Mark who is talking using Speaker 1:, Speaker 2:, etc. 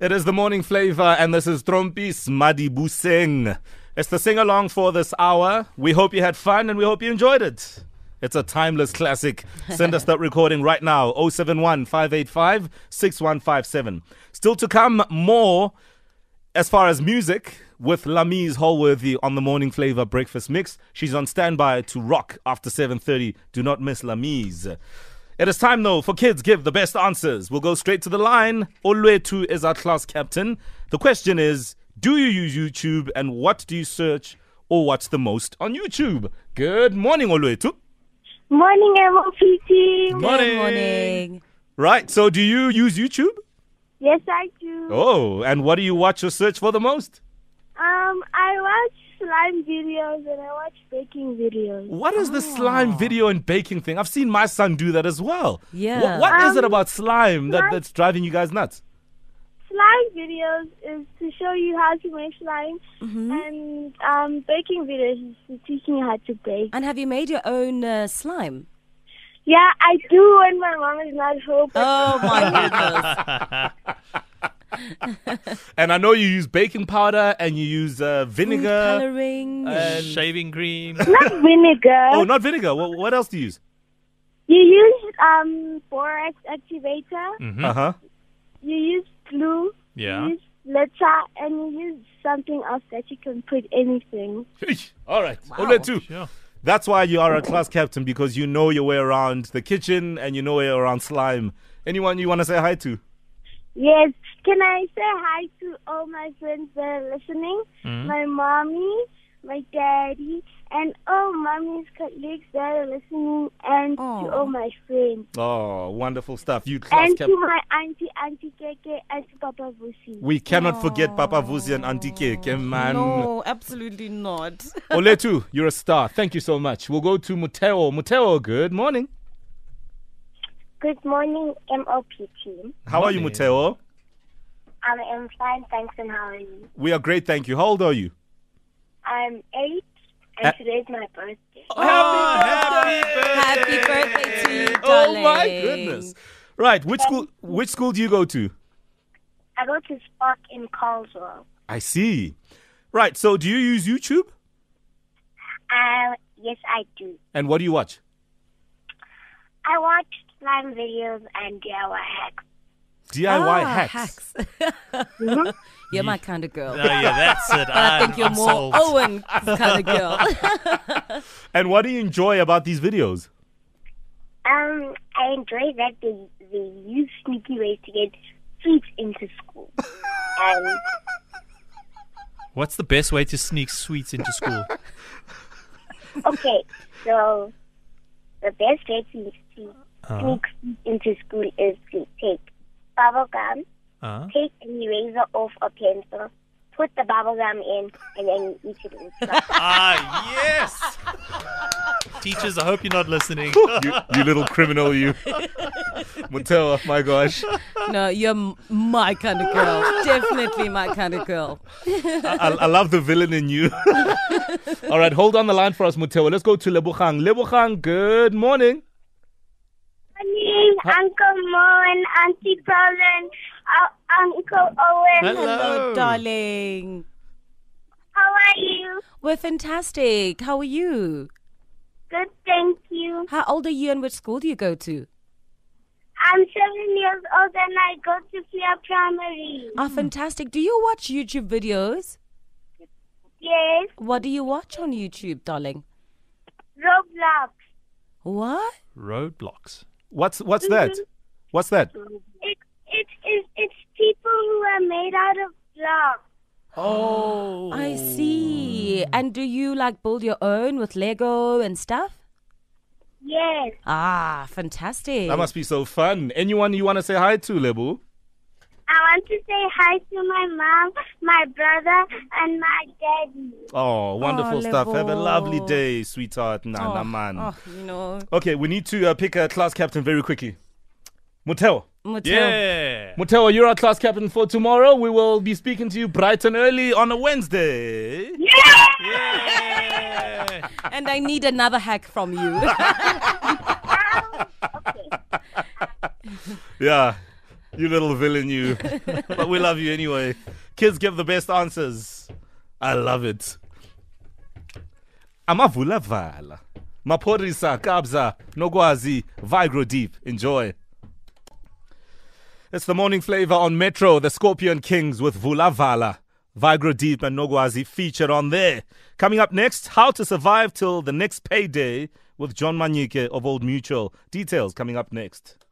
Speaker 1: It is the morning flavor, and this is Trompis Madibuseng. It's the sing along for this hour. We hope you had fun and we hope you enjoyed it. It's a timeless classic. Send us that recording right now 071 585 6157. Still to come, more as far as music, with Lamise Holworthy on the Morning Flavor Breakfast Mix, she's on standby to rock after 7:30. Do not miss Lamise. It is time though for kids give the best answers. We'll go straight to the line. Olwetu is our class captain. The question is, do you use YouTube and what do you search or what's the most on YouTube? Good morning, Olwetu.
Speaker 2: Morning, MOP team.
Speaker 1: Morning.
Speaker 3: Good morning.
Speaker 1: Right, so do you use YouTube?
Speaker 2: Yes, I do.
Speaker 1: Oh, and what do you watch or search for the most?
Speaker 2: Um, I watch slime videos and I watch baking videos.
Speaker 1: What is the
Speaker 3: Ah.
Speaker 1: slime video and baking thing? I've seen my son do that as well.
Speaker 3: Yeah.
Speaker 1: Wha- What is it
Speaker 2: Um,
Speaker 1: about slime that,
Speaker 2: slime-
Speaker 1: that's driving you guys nuts?
Speaker 2: Slime videos is to show you how to make slime,
Speaker 1: Mm-hmm.
Speaker 2: and um, baking videos is to teach me how to bake.
Speaker 3: And have you made your own uh, slime?
Speaker 2: Yeah, I do when my mom is not home.
Speaker 1: Uh.
Speaker 2: but
Speaker 3: Oh my goodness.
Speaker 1: And I know you use baking powder and you use uh, vinegar.
Speaker 3: Coloring.
Speaker 1: And,
Speaker 4: Shaving cream.
Speaker 2: Not vinegar.
Speaker 1: oh, not vinegar. What, what else do you use?
Speaker 2: You use um borax activator.
Speaker 1: Uh huh.
Speaker 2: You use glue.
Speaker 4: Yeah.
Speaker 2: You use glitter, and you use something else that you can put anything.
Speaker 1: All right. Ole too.
Speaker 4: Sure.
Speaker 1: That's why you are a class captain because you know your way around the kitchen and you know your way around slime. Anyone you want to say hi to?
Speaker 2: Yes. Can I say hi to all my friends that are listening?
Speaker 1: Mm-hmm.
Speaker 2: My mommy, my daddy, and all mommy's colleagues that are listening, and to all my friends.
Speaker 1: Oh, wonderful stuff. You class
Speaker 2: and to
Speaker 1: captain.
Speaker 2: my auntie, Auntie Keke, and to Papa Vusi.
Speaker 1: We cannot forget Papa Vusi and Auntie Keke, man.
Speaker 3: No, absolutely not.
Speaker 1: Oletu, you're a star. Thank you so much. We'll go to Muteo. Muteo, good morning.
Speaker 2: Good morning, MOP team.
Speaker 1: How are you,
Speaker 4: Morning.
Speaker 1: Muteo?
Speaker 2: I am fine, thanks, and how are you?
Speaker 1: We are great, thank you. How old are you?
Speaker 2: I'm eight,
Speaker 1: Uh,
Speaker 2: and today's my birthday.
Speaker 3: Happy birthday to you,
Speaker 1: Oh my
Speaker 3: darling.
Speaker 1: goodness. Right, which school which school do you go to?
Speaker 2: I go to Spark in Caldwell.
Speaker 1: I see. Right, so do you use YouTube?
Speaker 2: Uh, yes, I do.
Speaker 1: And what do you watch?
Speaker 2: I watch slime videos and DIY hacks.
Speaker 1: DIY
Speaker 3: Ah,
Speaker 1: hacks.
Speaker 3: You're my kind of girl.
Speaker 4: Oh, yeah, that's it.
Speaker 3: I think
Speaker 4: I'm-
Speaker 3: you're
Speaker 4: I'm
Speaker 3: more Oh!
Speaker 4: sold.
Speaker 3: Owen kind of girl.
Speaker 1: And what do you enjoy about these videos?
Speaker 2: Um, I enjoy that they they use sneaky ways to get sweets into school. Um, and
Speaker 4: What's the best way to sneak sweets into school?
Speaker 2: okay, so the best way to sneak sneak sweets into school is to take bubble gum,
Speaker 4: Uh,
Speaker 2: take an eraser off a pencil, put the bubble gum in, and then you eat it. in class.
Speaker 4: ah, yes. Teachers, I hope you're not listening.
Speaker 1: You, you little criminal, you. Muteo, oh my gosh.
Speaker 3: no, you're m- my kind of girl. Definitely my kind of girl.
Speaker 1: I, I love the villain in you. All right, hold on the line for us, Mutewa. Let's go to Lebogang. Lebogang, good morning.
Speaker 2: Morning, Uncle Mo and Auntie Paula and uh, Uncle Owen.
Speaker 3: Hello, darling.
Speaker 2: How are you?
Speaker 3: We're fantastic. How are you?
Speaker 2: Good, thank you.
Speaker 3: How old are you and which school do you go to?
Speaker 2: I'm seven years old and I go to Clear Primary.
Speaker 3: Ah,
Speaker 1: Hmm.
Speaker 3: fantastic. Do you watch YouTube videos?
Speaker 2: Yes,
Speaker 3: What do you watch on YouTube, darling?
Speaker 2: Roblox.
Speaker 3: What?
Speaker 4: Roadblocks.
Speaker 1: What's what's that?
Speaker 3: Mm-hmm.
Speaker 1: What's that?
Speaker 2: It, it, it, it's people who are made out of blocks.
Speaker 4: Oh.
Speaker 3: I
Speaker 1: Oh.
Speaker 3: see. And do you like build your own with Lego and stuff?
Speaker 2: Yes.
Speaker 3: Ah, fantastic.
Speaker 1: That must be so fun. Anyone you want to say hi to, Lebu?
Speaker 2: I want to say hi to my mom, my brother, and my daddy.
Speaker 1: Oh, wonderful
Speaker 3: Oh,
Speaker 1: stuff. Have a
Speaker 3: Lebo.
Speaker 1: lovely day, sweetheart. Nah,
Speaker 3: oh,
Speaker 1: nah, man.
Speaker 3: Oh, you know.
Speaker 1: Okay, we need to uh, pick a class captain very quickly. Muteo.
Speaker 3: Mattel.
Speaker 4: Yeah.
Speaker 1: Muteo, you're our class captain for tomorrow. We will be speaking to you bright and early on a Wednesday.
Speaker 4: Yeah.
Speaker 3: And I need another hack from you.
Speaker 2: Okay.
Speaker 1: Yeah. You little villain, you. but we love you anyway. Kids give the best answers. I love it. Amavula vala. Maporisa, kabza, nogwazi, vigro deep. Enjoy. It's the morning flavor on Metro, the Scorpion Kings with Vulavala, Vigro Deep, and Nogwazi featured on there. Coming up next, how to survive till the next payday with John Manyike of Old Mutual. Details coming up next.